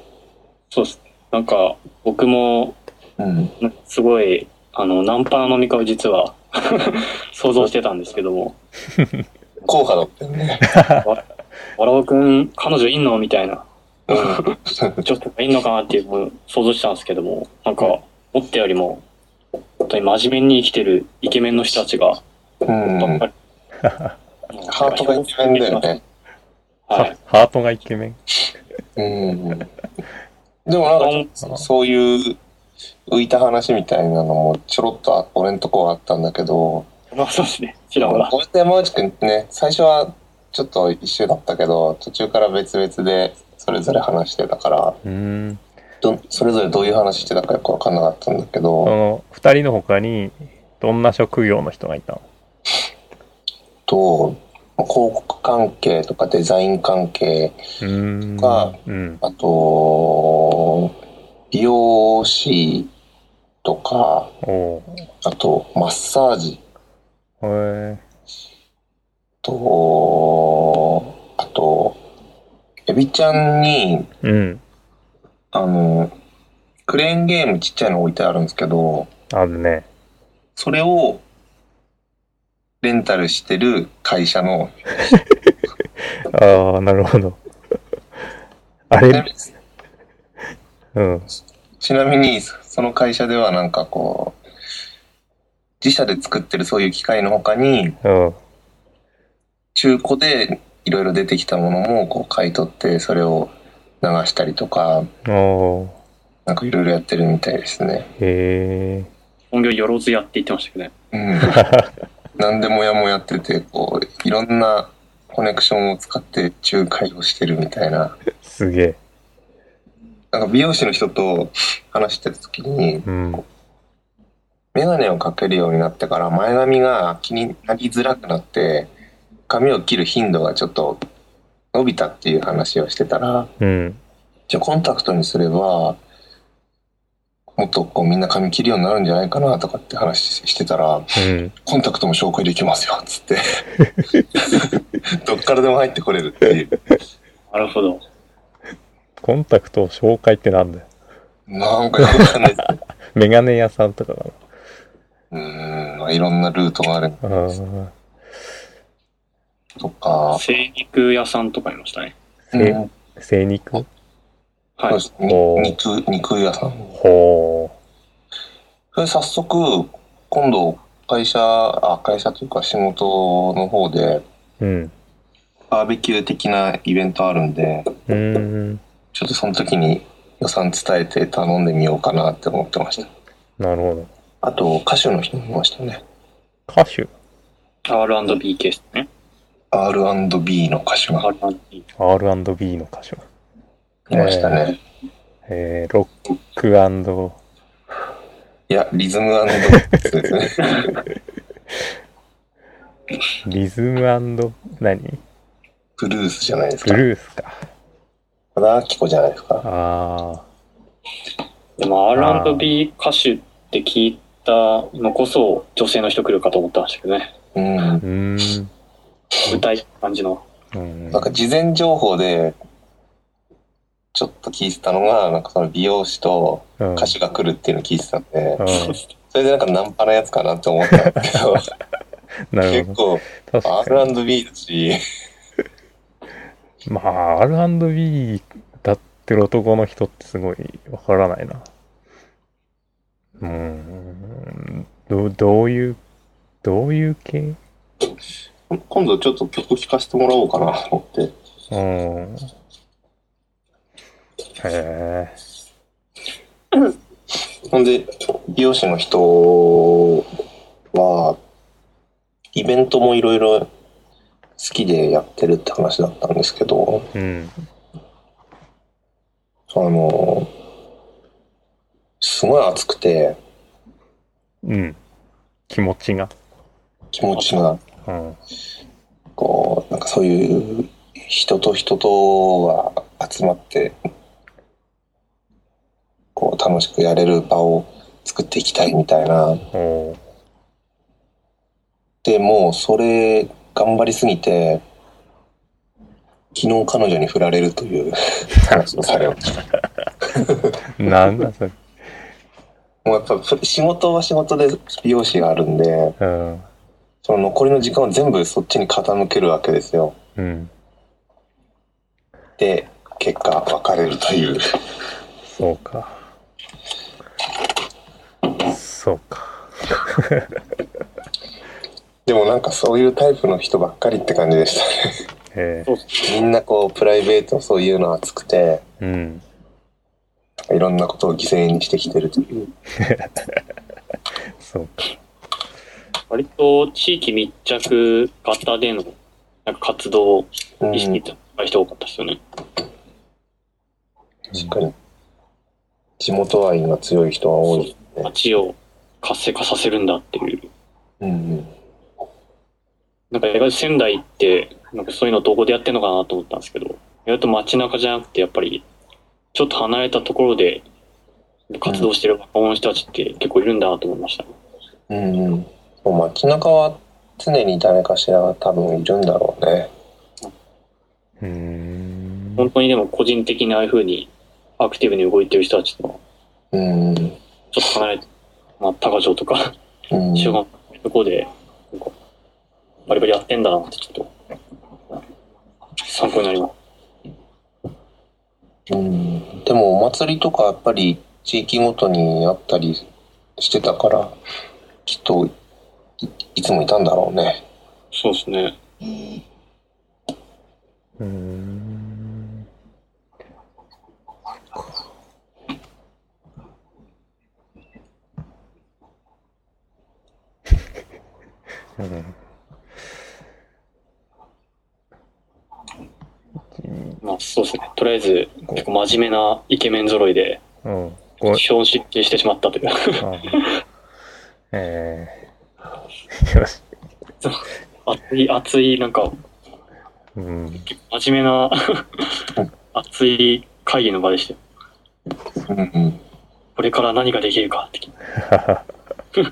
Speaker 2: そうですね。なんか、僕も、
Speaker 3: うん。
Speaker 2: すごい、あの、ナンパの飲み会を実は、 想像してたんですけども、
Speaker 3: 硬派だったよね。
Speaker 2: わらおくん、彼女いんのみたいな、
Speaker 3: うん。
Speaker 2: 女子とかいんのかなっていうのを想像してたんですけども、なんか、思ったよりも、本当に真面目に生きてるイケメンの人たちが、
Speaker 3: うん
Speaker 2: ばっかり。
Speaker 3: ハートがイケメンだよね。
Speaker 2: はい。
Speaker 1: ハートがイケメン。
Speaker 3: うん。でもなんか
Speaker 1: うん
Speaker 3: そういう浮いた話みたいなのもちょろっとあ俺んとこはあったんだけど、
Speaker 2: まあそうですね。ちらほら。
Speaker 3: 俺と山内くんね、最初はちょっと一緒だったけど、途中から別々でそれぞれ話してたから、
Speaker 1: うん。
Speaker 3: どそれぞれどういう話してたかよくわかんなかったんだけ
Speaker 1: そ
Speaker 3: ど、
Speaker 1: の、二人の他に、どんな職業の人がいたの
Speaker 3: と、広告関係とかデザイン関係、
Speaker 1: うーん。
Speaker 3: が
Speaker 1: うん。
Speaker 3: あと、美容師とか、
Speaker 1: おう
Speaker 3: あとマッサージ
Speaker 1: へえ。
Speaker 3: と、あと、エビちゃんに、
Speaker 1: うん。
Speaker 3: あの、クレーンゲームちっちゃいの置いてあるんですけど、
Speaker 1: あるね。
Speaker 3: それを、レンタルしてる会社の、
Speaker 1: ああ、なるほど。 あ
Speaker 3: ち
Speaker 1: れ
Speaker 3: なみに
Speaker 1: うん。
Speaker 3: ちなみに、その会社ではなんかこう、自社で作ってるそういう機械の他に、
Speaker 1: うん。
Speaker 3: 中古でいろいろ出てきたものもこう買い取って、それを流したりとか、
Speaker 1: おー
Speaker 3: なんかいろいろやってるみたいですね。
Speaker 1: へえ。
Speaker 2: 本業よろずやって言ってましたけどね。
Speaker 3: うん。何でもやもやってて、こう、いろんなコネクションを使って仲介をしてるみたいな。
Speaker 1: すげえ。
Speaker 3: なんか美容師の人と話してた時に、
Speaker 1: うん。
Speaker 3: メガネをかけるようになってから前髪が気になりづらくなって、髪を切る頻度がちょっと伸びたっていう話をしてたら、
Speaker 1: うん。
Speaker 3: じゃあコンタクトにすれば、もっとこうみんな髪切るようになるんじゃないかなとかって話してたら、
Speaker 1: うん。
Speaker 3: コンタクトも紹介できますよ、つって。どっからでも入ってこれるっていう。
Speaker 2: なるほど。
Speaker 1: コンタクト紹介ってなんだよ。
Speaker 3: なんかよくわかんないですね。
Speaker 1: メガネ屋さんとかか
Speaker 3: うーん、まあ、いろんなルートがある
Speaker 1: な。あー
Speaker 3: とか、
Speaker 2: 精肉屋さんとかいましたね。
Speaker 3: うん
Speaker 1: え精肉
Speaker 3: そう
Speaker 2: は
Speaker 3: で
Speaker 2: い。
Speaker 3: すに
Speaker 1: おー
Speaker 3: 肉、肉屋さん。
Speaker 1: ほ
Speaker 3: それ早速、今度、会社、あ、会社というか仕事の方で、
Speaker 1: う。うん。
Speaker 3: バーベキュー的なイベントあるんで、
Speaker 1: うーん。
Speaker 3: ちょっとその時に予算伝えて頼んでみようかなって思ってました。
Speaker 1: なるほど。
Speaker 3: あと、歌手の人もいましたね。
Speaker 1: 歌手
Speaker 2: R&B 系ですね。
Speaker 3: R&B の歌手が
Speaker 2: R&B。
Speaker 1: ?R&B の歌手。
Speaker 3: いましたね。
Speaker 1: えー、ロックアンド
Speaker 3: いや、リズムアンド ですね。
Speaker 1: リズムアンド何
Speaker 3: ブルースじゃないです
Speaker 1: ブ
Speaker 3: か。
Speaker 1: ルースか。
Speaker 3: 和田アキ子じゃないですか。
Speaker 1: あ
Speaker 2: でも R&B 歌手って聞いたのこそ女性の人来るかと思ってましたけどね。
Speaker 3: うん。
Speaker 1: ー。うーん。
Speaker 2: 歌い感じの。
Speaker 1: うん
Speaker 3: なんか事前情報で、ちょっと聞いてたのが、なんかその美容師と
Speaker 1: うん
Speaker 3: 歌手が来るっていうのを聞いてたんで、
Speaker 1: う
Speaker 3: それでなんかナンパなやつかなって思ったんですけど、
Speaker 1: ん、なる
Speaker 3: 結
Speaker 1: ほ
Speaker 3: 構
Speaker 1: ど。確か
Speaker 3: R&B だし、
Speaker 1: に。まあ、R&B 歌ってる男の人ってすごいわからないな。うーん。ど、どういう、どういう系
Speaker 3: 今度ちょっと曲聴かせてもらおうかなと思って。
Speaker 1: うん。へえ。
Speaker 3: ほんで、美容師の人は、イベントもいろいろ好きでやってるって話だったんですけど、
Speaker 1: うん。
Speaker 3: あの、すごい暑くて
Speaker 1: うん。気持ちが。
Speaker 3: 気持ちが、
Speaker 1: うん。
Speaker 3: こう、なんかそういう人と人とが集まって、こう楽しくやれる場を作っていきたいみたいな。
Speaker 1: おう
Speaker 3: でもうそれ頑張りすぎて昨日彼女に振られるという話をされました
Speaker 1: なんだそれ。
Speaker 3: もうやっぱ仕事は仕事で美容師があるんで
Speaker 1: うん。
Speaker 3: その残りの時間を全部そっちに傾けるわけですよ
Speaker 1: うん。
Speaker 3: で結果別れるという
Speaker 1: そうか。そうか。
Speaker 3: でもなんかそういうタイプの人ばっかりって感じでしたね
Speaker 1: へ
Speaker 2: そう
Speaker 3: みんなこうプライベートそういうの熱くて
Speaker 1: え。うん。
Speaker 3: かいろんなことを犠牲にしてきてるという。
Speaker 1: そうか。
Speaker 2: 割と地域密着型でのなんか活動を
Speaker 3: うん
Speaker 2: 意識した人多かったですよね。
Speaker 3: 確かに。地元愛が強い人は多い。
Speaker 2: 街を活性化させるんだっていう。
Speaker 3: うんうん。
Speaker 2: なんか意外と仙台って、なんかそういうのどこでやってんのかなと思ったんですけど、意外と街中じゃなくて、やっぱり、ちょっと離れたところで活動してる若者の人たちって結構いるんだなと思いました。
Speaker 3: うんうん。もう街中は常に誰かしらが多分いるんだろうね。
Speaker 1: うーん。
Speaker 2: 本当にでも個人的にああいう風にアクティブに動いてる人たちとは、
Speaker 3: うんうん。
Speaker 2: ちょっと離れて、まあ、高城とか、
Speaker 3: うん、
Speaker 2: 小学校のとこで、なんかバリバリやってんだなってちょっと、参考になります。
Speaker 3: うん、でもお祭りとかやっぱり地域ごとにあったりしてたからきっといいつもいたんだろうね
Speaker 2: そうですね。
Speaker 1: うーん。そっか
Speaker 2: まあそうですね。とりあえず、結構真面目なイケメン揃いで、
Speaker 1: うん。うん。ご
Speaker 2: 資本失敬してしまったと いう。
Speaker 1: あえー、よし。
Speaker 2: 熱い、熱い、なんか、
Speaker 1: うん。
Speaker 2: 真面目な熱い会議の場でしたよ。
Speaker 3: うんうんい
Speaker 2: これから何ができるかって聞いて。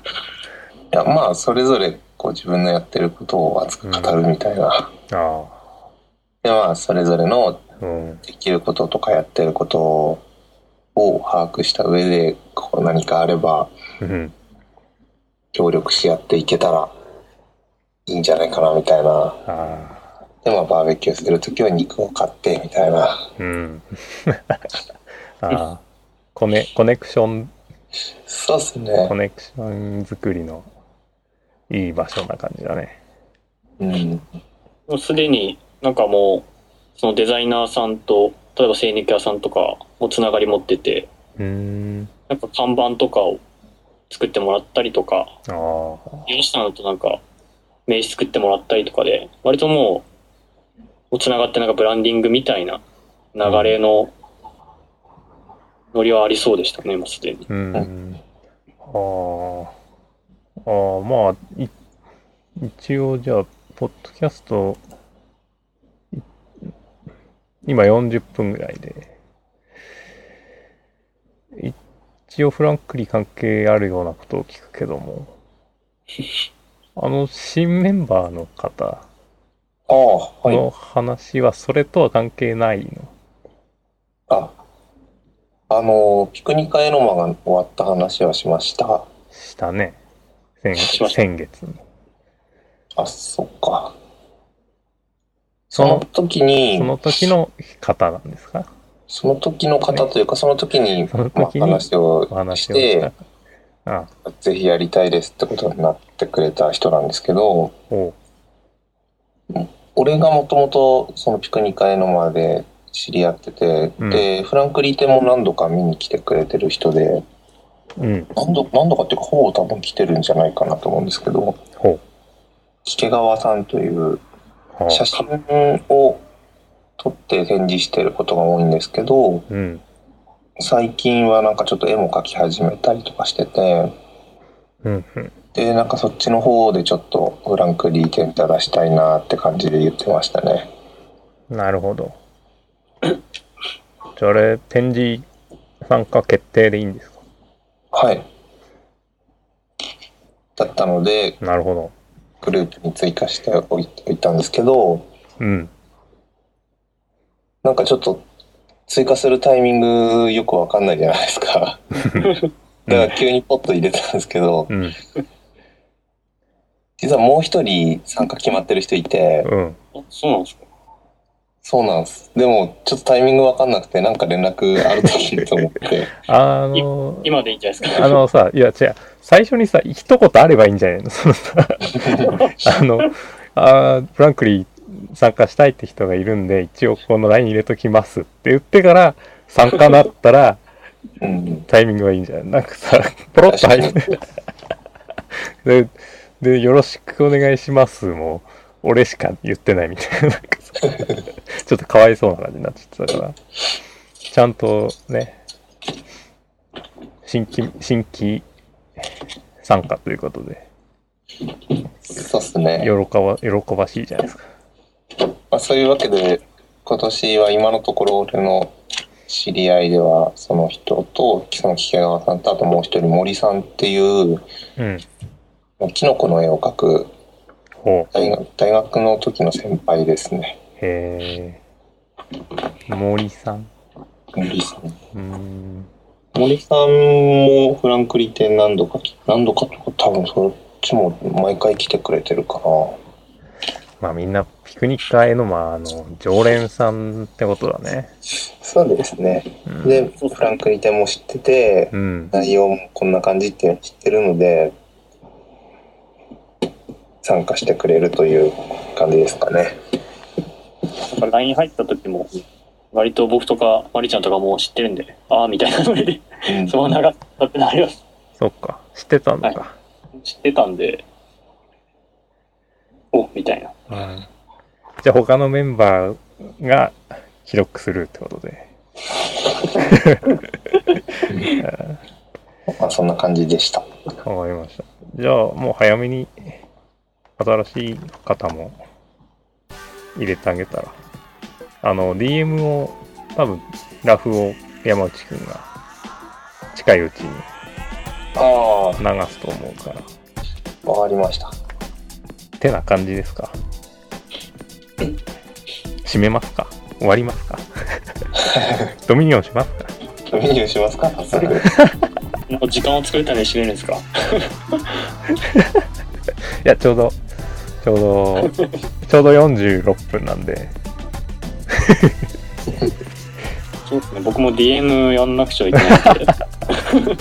Speaker 3: やまあそれぞれこう自分のやってることを熱く語るみたいな、
Speaker 1: あ
Speaker 3: でまあそれぞれの
Speaker 1: あ。うん。
Speaker 3: できることとかやってることを把握した上でこう何かあれば
Speaker 1: うん。
Speaker 3: 協力し合っていけたらいいんじゃないかなみたいな
Speaker 1: ああ。
Speaker 3: でまあバーベキューする時は肉を買ってみたいな
Speaker 1: うん。ああ。コネ、コネクション、
Speaker 3: そうっすね
Speaker 1: コネクション作りのいい場所な感じだね。
Speaker 3: うん
Speaker 2: もうすでになんかもう、そのデザイナーさんと、例えば精肉屋さんとかもつながり持ってて、
Speaker 1: うーん。
Speaker 2: なんか看板とかを作ってもらったりとか、
Speaker 1: ああ。
Speaker 2: 美容師さんとなんか名刺作ってもらったりとかで割ともうもうつながってなんかブランディングみたいな流れのノリはありそうでしたねもうすでに
Speaker 1: うん。ああ。ああ、まあ、い一応じゃあ、ポッドキャスト、い今40分ぐらいで、い一応フランクに関係あるようなことを聞くけども、あの、新メンバーの方
Speaker 3: ああ、はい。
Speaker 1: の話はそれとは関係ないの。
Speaker 3: あ、あの、ピクニカエロマが終わった話はしました。
Speaker 1: したね。先
Speaker 2: しました
Speaker 1: 先月に。
Speaker 3: あ、そっか。
Speaker 1: そ
Speaker 3: そ
Speaker 1: の
Speaker 3: の時に
Speaker 1: そ、の時の方なんですか
Speaker 3: その時の方というか、その時に、
Speaker 1: その
Speaker 3: まあ、
Speaker 1: 時に
Speaker 3: 話を
Speaker 1: お話
Speaker 3: し
Speaker 1: をした
Speaker 3: て、
Speaker 1: ああ
Speaker 3: ぜひやりたいですってことになってくれた人なんですけど、
Speaker 1: おう
Speaker 3: 俺がもともとそのピクニカエロマで知り合ってて、
Speaker 1: うん
Speaker 3: で、フランクリーテも何度か見に来てくれてる人で、
Speaker 1: うん
Speaker 3: 何度何度かっていうか、ほぼ多分来てるんじゃないかなと思うんですけど、
Speaker 1: ほ
Speaker 3: 助川さんという
Speaker 1: うは
Speaker 3: 写真を撮って展示してることが多いんですけど
Speaker 1: あうん
Speaker 3: 最近はなんかちょっと絵も描き始めたりとかしてて
Speaker 1: うんうん
Speaker 3: でなんかそっちの方でちょっとフランクリー展出したいなって感じで言ってましたね
Speaker 1: なるほどじゃああれ展示参加決定でいいんですか
Speaker 3: はいだったので
Speaker 1: なるほど
Speaker 3: グループに追加しておいておいたんですけど
Speaker 1: うん
Speaker 3: なんかちょっと追加するタイミングよくわかんないじゃないで すかだから急にポッと入れたんですけど、
Speaker 1: うん
Speaker 3: 実はもう一人参加決まってる人いて、
Speaker 1: うん
Speaker 2: あそうなんですか
Speaker 3: そうなんです。でも、ちょっとタイミングわかんなくて、なんか連絡あるときと思って。
Speaker 1: あの
Speaker 2: 今でいいんじゃないですか
Speaker 1: あのさいや違う最初にさ一言あればいいんじゃないのそのさあのあーフランクリー参加したいって人がいるんで一応この LINE 入れときますって言ってから参加なったら
Speaker 3: うん。
Speaker 1: タイミングがいいんじゃないなんかさ、ポロッと入って
Speaker 3: 確か
Speaker 1: で、で、よろしくお願いしますも、俺しか言ってないみたいな、なん かさちょっとかわいそうな感じになっちゃってたから、ちゃんとね、新規、新規参加ということで、
Speaker 3: にそうっすね。
Speaker 1: 喜ば、喜ばしいじゃないですか。
Speaker 3: まあ、そういうわけで今年は今のところ俺の知り合いではその人とその菊川さんとあともう一人森さんっていう
Speaker 1: うん。
Speaker 3: キノコの絵を描く
Speaker 1: ほう。
Speaker 3: 大学大学の時の先輩ですね
Speaker 1: へえ。森さん。
Speaker 3: 森さん
Speaker 1: うーん。
Speaker 3: 森さんもフランクリ展何度か来何度かとか多分そっちも毎回来てくれてるかな
Speaker 1: まあみんな、ピクニッカーへの、まああの、常連さんってことだね。
Speaker 3: そうですね
Speaker 1: うん、
Speaker 3: でフランクリ展も知ってて
Speaker 1: うん。
Speaker 3: 内容もこんな感じっていうの知ってるので参加してくれるという感じですかね
Speaker 2: なんか LINE 入った時も、割と僕とか、マリちゃんとかもう知ってるんで、ああ、みたいなので、そう長かったってなります。
Speaker 1: そっか。知ってたのか。
Speaker 2: 知ってたんで、おみたいな。
Speaker 1: うんじゃあ他のメンバーが記録するってことで。
Speaker 3: まあ、そんな感じでした
Speaker 1: わかりました。じゃあもう早めに新しい方も入れてあげたら。あの、DM を、多分、ラフを山内くんが近いうちに
Speaker 3: ああ
Speaker 1: 流すと思うから。
Speaker 3: わかりました
Speaker 1: てな感じですか。締めますか終わりますか ドミニオンしますか
Speaker 3: メニューしますか早速
Speaker 2: もう時間を作るために閉めるんですか
Speaker 1: いや、ちょうど、ちょうど、ちょうど46分なんで、
Speaker 2: そうですね。僕も DM やんなくちゃいけないんで。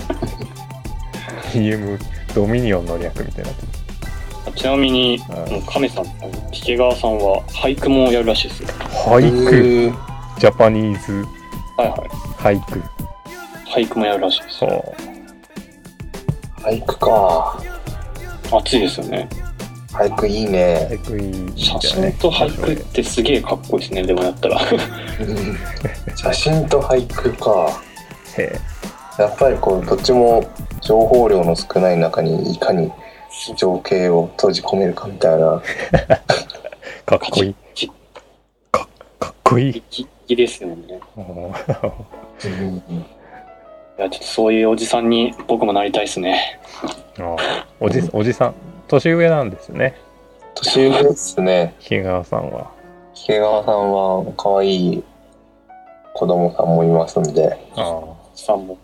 Speaker 1: DM ドミニオンの略みたいな。
Speaker 2: ちなみに、
Speaker 1: うん
Speaker 2: もう亀さん、引川さんは俳句もやるらしいですよ。
Speaker 1: 俳句、ジャパニーズ
Speaker 2: はいは
Speaker 1: 俳句。
Speaker 2: い。俳句もやるらしいです
Speaker 1: そ
Speaker 2: よ。
Speaker 1: う。
Speaker 3: 俳句か
Speaker 2: 熱いですよね。
Speaker 3: 俳句いいね
Speaker 1: 俳句いいみ
Speaker 2: 写
Speaker 1: たいな
Speaker 2: 真
Speaker 1: ね。
Speaker 2: と俳句ってすげえかっこいいですね、でもや ったら。
Speaker 3: 写真と俳句か
Speaker 1: へえ
Speaker 3: やっぱりこうどっちも情報量の少ない中にいかに情景を閉じ込めるかみたいな
Speaker 1: かっこいい。
Speaker 2: ち
Speaker 1: か、かっこいい。
Speaker 2: 粋ですよね。
Speaker 1: も
Speaker 2: いや、ちょっとそういうおじさんに僕もなりたいですね。
Speaker 1: うああおじ、おじさん、年上なんですね。
Speaker 3: 年上ですね
Speaker 1: 比川さんは。
Speaker 3: 池川さんは可愛い子供さんもいますんで
Speaker 1: あ
Speaker 2: さんも。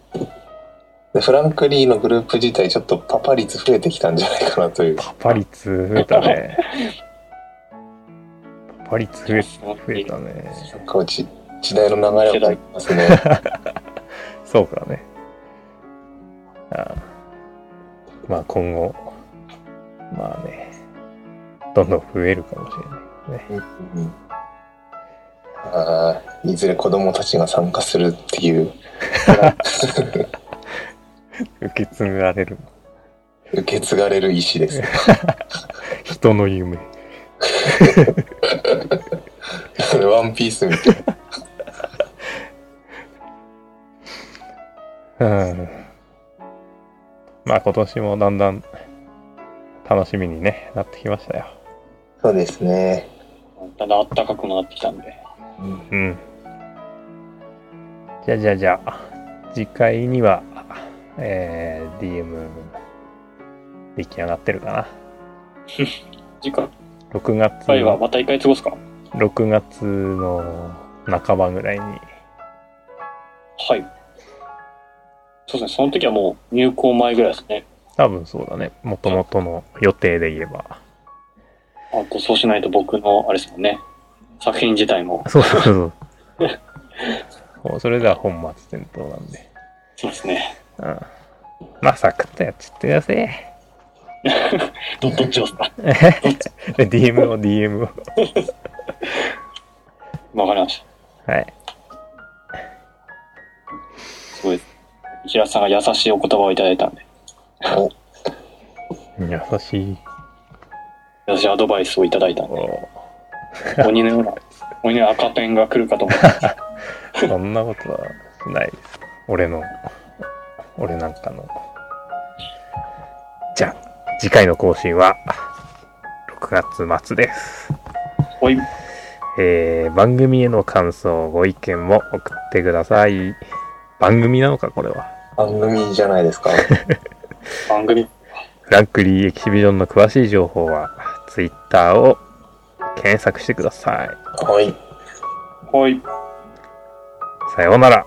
Speaker 3: でフランクリーのグループ自体ちょっとパパ率増えてきたんじゃないかな という
Speaker 1: あ。パパ率増えた ね。パパ率増え、
Speaker 2: 増
Speaker 1: 増えたね。
Speaker 3: こうじ時代の流れを感じますね
Speaker 1: そうかね。ああまあ今後、まあね、どんどん増えるかもしれないね。
Speaker 3: うんあーいずれ子供たちが参加するっていう
Speaker 1: 受け継がれる
Speaker 3: 受け継がれる意思です ね
Speaker 1: 人の夢。
Speaker 3: ワンピースみたいな
Speaker 1: うん。まあ今年もだんだん楽しみに、ね、なってきましたよ。
Speaker 3: そうですね、
Speaker 2: ただあったかくもなってきたんで。
Speaker 3: うん
Speaker 1: うん。じゃあじゃあじゃあ、次回には、えー、DM 出来上がってるかな。
Speaker 2: 次回
Speaker 1: 6月
Speaker 2: 回はまた一回過ごすか。
Speaker 1: 6月の半ばぐらいに。
Speaker 2: はい。そうですね、その時はもう入校前ぐらいですね。
Speaker 1: 多分そうだね。元々の予定で言えば。
Speaker 2: あとそうしないと僕の、あれですもんね、作品自体も、
Speaker 1: そうそうそう。 そうそれでは本末転倒なんで。
Speaker 2: そうですね。
Speaker 1: うん。まあ、サクッとやっちゃってください。
Speaker 2: ど、どっちをすか
Speaker 1: DM を DM を。
Speaker 2: わかりまし
Speaker 1: はい。
Speaker 2: た。すごいです。平田さんが優しいお言葉をいただいたんで、
Speaker 1: 優しい。
Speaker 2: 優しいアドバイスをいただいたんで、
Speaker 1: お
Speaker 2: 鬼のような、鬼の赤ペンが来るかと思っ
Speaker 1: ーそんなことはしないです。俺の、俺なんかの。じゃあ、次回の更新は、6月末です。
Speaker 2: た。おい、
Speaker 1: えー番組への感想、ご意見も送ってください。番組なのか、これは。
Speaker 3: 番組じゃないですか。
Speaker 2: 番組、
Speaker 1: フランクリーエキシビジョンの詳しい情報は、Twitter を検索してください。
Speaker 3: はい。
Speaker 2: おい。
Speaker 1: さようなら。